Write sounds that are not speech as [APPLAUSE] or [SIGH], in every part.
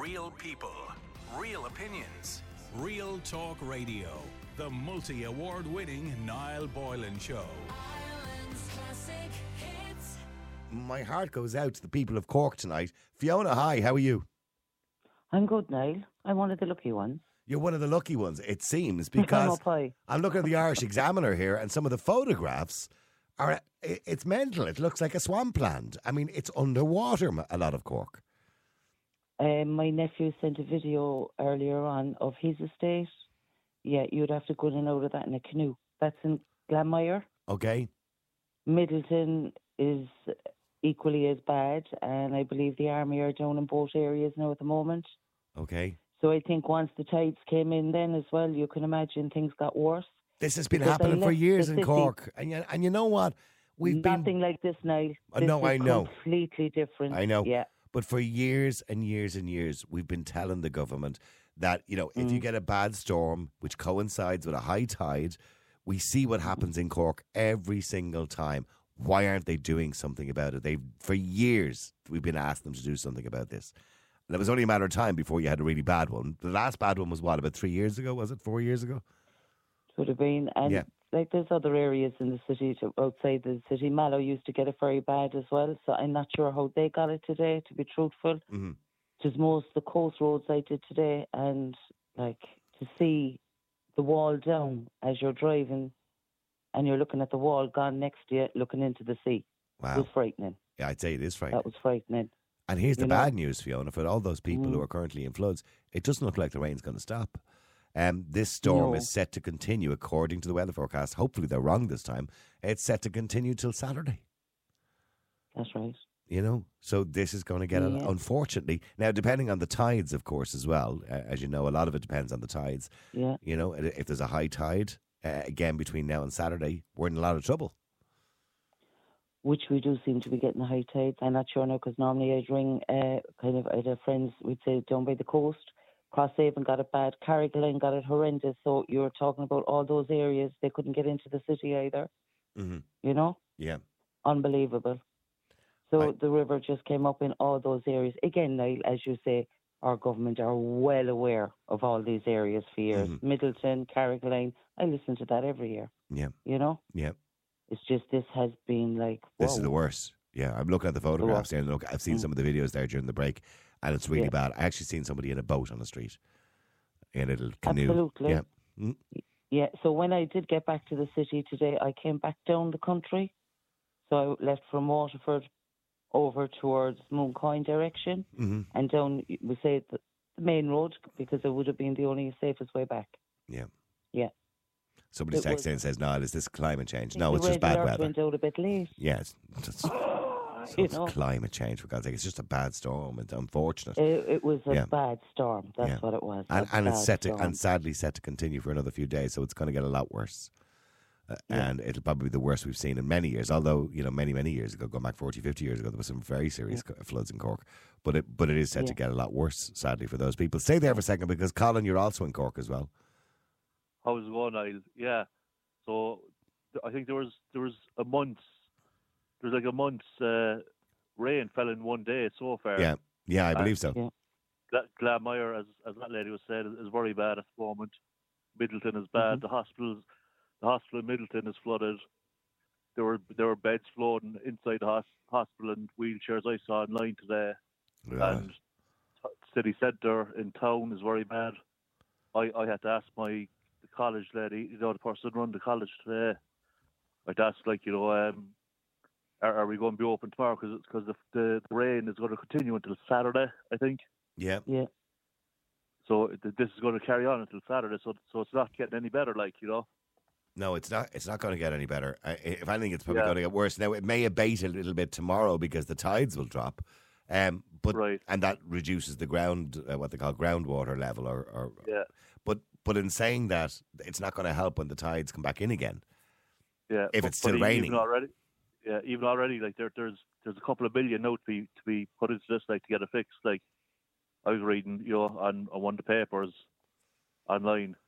Real people, real opinions, real talk radio. The multi award winning Niall Boylan Show. Ireland's classic hits. My heart goes out to the people of Cork tonight. Fiona, hi, how are you? I'm good, Niall. I'm one of the lucky ones. You're one of the lucky ones, it seems, [LAUGHS] I'm because up high. I'm looking at the Irish Examiner here, and some of the photographs are i- it's mental. It looks like a swampland. I mean, it's underwater, m- a lot of Cork. Um, my nephew sent a video earlier on of his estate. Yeah, you'd have to go in and out of that in a canoe. That's in Glanmire. Okay, Middleton is equally as bad, and I believe the army are down in both areas now at the moment. okay. So I think once the tides came in, then as well, you can imagine things got worse. This has been Because I happening for left the years in city. Cork, and you, and you know what? We've Nothing been, like this, Niall. I This know, is I know. Completely different. I know. Yeah. but for years and years and years, we've been telling the government that you know if you get a bad storm, which coincides with a high tide, we see what happens in Cork every single time. Why aren't they doing something about it? They've for years we've been asking them to do something about this. And it was only a matter of time before you had a really bad one. The last bad one was what about three years ago? Was it four years ago? would have been. And Yeah. like there's other areas in the city to, outside the city. Mallow used to get it very bad as well. So I'm not sure how they got it today, to be truthful. Mhm. Just most the coast roads I did today and like to see the wall down as you're driving and you're looking at the wall gone next to you, looking into the sea. It Wow. was frightening. Yeah, I'd say it is frightening. That was frightening. And here's the You know? bad news, Fiona, for all those people who Mm. are currently in floods, it doesn't look like the rain's going to stop. Um, this storm No. is set to continue, according to the weather forecast. Hopefully, they're wrong this time. It's set to continue till Saturday. That's right. You know, so this is going to get, a- Yeah. unfortunately, now depending on the tides, of course, as well. Uh, as you know, a lot of it depends on the tides. Yeah. You know, and if there's a high tide uh, again between now and Saturday, we're in a lot of trouble. which we do seem to be getting the high tides. I'm not sure now because normally I'd ring uh, kind of I'd have friends we'd say down by the coast. Crosshaven got it bad, Carrigaline got it horrendous. So you were talking about all those areas they couldn't get into the city either. Mm-hmm. You know, Yeah. unbelievable. So I- the river just came up in all those areas again. Niall, as you say, our government are well aware of all these areas for years. Mhm. Middleton, Carrigaline. I listen to that every year. Yeah. You know. Yeah. It's just this has been like This is whoa. the worst. Yeah, I'm looking at the photographs there. and Look, I've seen Mm. some of the videos there during the break, and it's really Yeah. bad. I actually seen somebody in a boat on the street, in a little canoe. Absolutely. Yeah. Yeah, so when I did get back to the city today, I came back down the country. So I left from Waterford over towards Mooncoin direction hmm and down, we say, the the main road because it would have been the only safest way back. Somebody It texts was- in and says, "No, is this climate change? No, it's The just bad radar weather. went out a bit late. Yes, it's, [LAUGHS] it's- [LAUGHS] you it's know, climate change for God's sake. It's just a bad storm. It's unfortunate, it, it was a Yeah. bad storm. That's Yeah. what it was. and a and it's bad set to, storm. and sadly set to continue for another few days. So it's going to get a lot worse, uh, Yeah. and it'll probably be the worst we've seen in many years. Although you know, many many years ago, going back 40, 50 years ago, there were some very serious co- floods in Cork. But it but it is set to Yeah. get a lot worse, sadly, for those people. Stay there for a second because Colin, you're also in Cork as well. How's it going, Niall? Yeah. So th- I think there was there was a month's there was like a month's uh, rain fell in one day so far. Yeah, yeah, I Uh, believe so. yeah. Gla- Glamire, as as that lady was saying, is, is very bad at the moment. Middleton is bad. The hospitals, the hospital in Middleton is flooded. There were there were beds floating inside the hos- hospital and wheelchairs. I saw online today Right. and t- city centre in town is very bad. I, I had to ask my the college lady, you know, the person run the college today. I had to ask, like, you know, um, are, are we going to be open tomorrow? Because the, the, the rain is going to continue until Saturday, I think. yeah, So th- this is going to carry on until Saturday. So so it's not getting any better, like, you know. No, it's not. It's not going to get any better. I, if anything, it's probably Yeah. going to get worse. Now it may abate a little bit tomorrow because the tides will drop, um, but Right. and that reduces the ground, uh, what they call groundwater level, or, or Yeah. But but in saying that, it's not going to help when the tides come back in again. Yeah. If but- it's but still even raining. already, yeah, even already, like there, there's there's a couple of billion now to be to be put into this, like to get it fixed. Like I was reading, you know, on, on one of the papers online. [LAUGHS]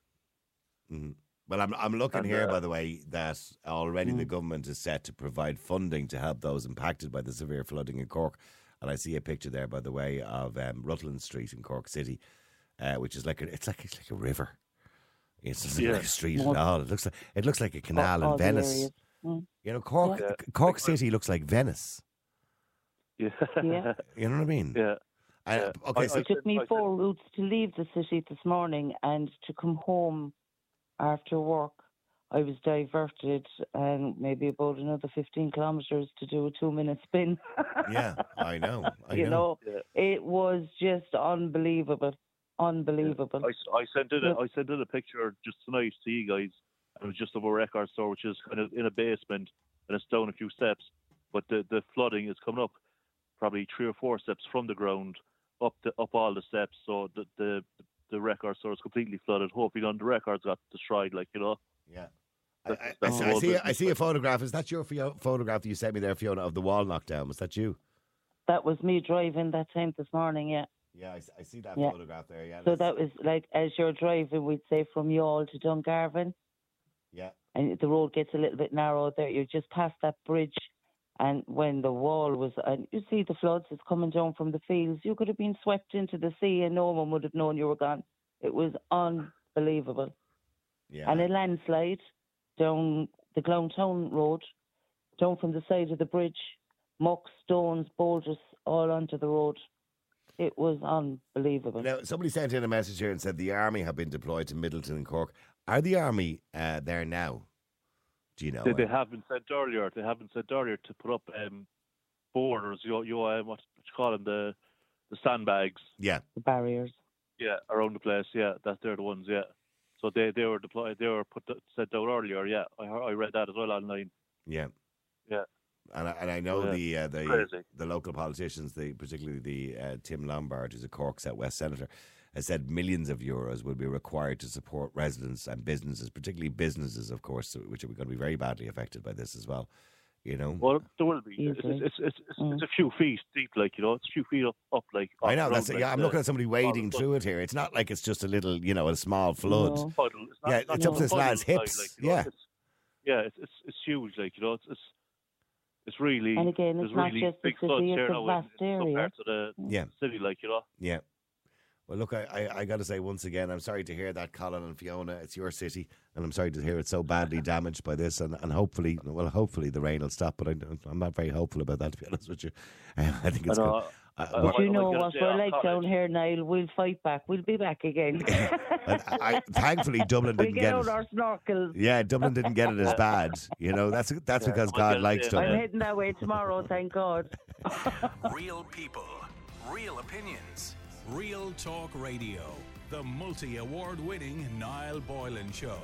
Mhm. Well, I'm I'm looking And, here, uh, Mm. by the way, that already the government is set to provide funding to help those impacted by the severe flooding in Cork. And I see a picture there, by the way, of um, Rutland Street in Cork City, uh, which is like a, it's like it's like a river. It's [LAUGHS] just Yeah. like a street More- at all. It looks like it looks like a canal all in the Venice. areas. Mm. You know, Cork Yeah. Cork City looks like Venice. Yeah. Yeah. You know what I mean? yeah. I- uh, yeah. okay, I- so I- It took me said- said- four routes to leave the city this morning and to come home after work. I was diverted and maybe about another 15 kilometres to do a two minute [LAUGHS] spin. yeah, I [LAUGHS] know. I you know, Yeah. it was just unbelievable. Unbelievable. I, s- I sent in a, Yeah. I sent in a picture just tonight to you guys. It was just of a record store, which is kind of in a basement, and it's down a few steps. But the, the flooding is coming up, probably three or four steps from the ground, up the up all the steps. So the the the record store is completely flooded. Hopefully, on the records got destroyed, like you know. Yeah. I, That's- I, I that's see, the I whole see, I business, see a like- photograph. Is that your pho- photograph that you sent me there, Fiona, of the wall knockdown? Was that you? That was me driving that time this morning, yeah. Yeah, I, s- I see that Yeah. photograph there. Yeah. So that's- that was like as you're driving, we'd say from Yall to Dungarvan. yeah. and the road gets a little bit narrow there. You're just past that bridge, and when the wall was, and you see the floods, it's coming down from the fields. You could have been swept into the sea, and no one would have known you were gone. It was unbelievable, Yeah. and a landslide down the Clowntown Road, down from the side of the bridge, muck, stones, boulders, all onto the road. It was unbelievable. now, somebody sent in a message here and said the army have been deployed to Middleton and Cork. Are the army uh, there now? Do you know? They, uh, they have been sent earlier. They have been sent earlier to put up um, borders. You you um, what you call them the the sandbags. yeah. The barriers. Yeah, around the place. Yeah, that they're the ones. Yeah, so they they were deployed. They were put sent out earlier. Yeah, I heard- I read that as well online. Yeah. Yeah. And I, and I Yeah. know the uh, the Crazy. the local politicians, the particularly the uh, Tim Lombard, who's a Cork South West senator, has said millions of euros will be required to support residents and businesses, particularly businesses, of course, which are going to be very badly affected by this as well. You know, Well, there will be. It's Easily. it's it's, it's, it's, Mm. a few feet deep, like you know, it's a few feet up, up like. Up I know that's round, yeah. like, I'm the looking at somebody wading but- through it here. It's not like it's just a little, you know, a small flood. No. puddle. It's not, Yeah, not it's just up a to this puddle, lad's like, hips, you know, yeah. it's- yeah, it's, it's it's huge, like you know, it's it's it's really. And again, it's there's not really just the big floods city, here it's a now in- vast in some area. parts of the Yeah. city, like you know. Yeah. Well, look, I, I, I got to say once again, I'm sorry to hear that, Colin and Fiona. It's your city, and I'm sorry to hear it's [LAUGHS] so badly damaged by this. And, and hopefully, well, hopefully the rain will stop. But I, don't- I'm not very hopeful about that, to be honest with you. [LAUGHS] Um, I think it's I know, good. Uh, I, I- we're- I- Do you Well, know like I what say, we're I'm like down college. here, Niall? We'll fight back. We'll be [LAUGHS] back again. [LAUGHS] and I, thankfully, Dublin we didn't get get out it. our snorkels. Yeah, Dublin didn't get it as bad. You know, that's that's Yeah. because I God guess, likes yeah. I'm Uh, Dublin. heading that way tomorrow, thank God. Real people, real opinions, real talk radio. The multi award winning Niall Boylan Show.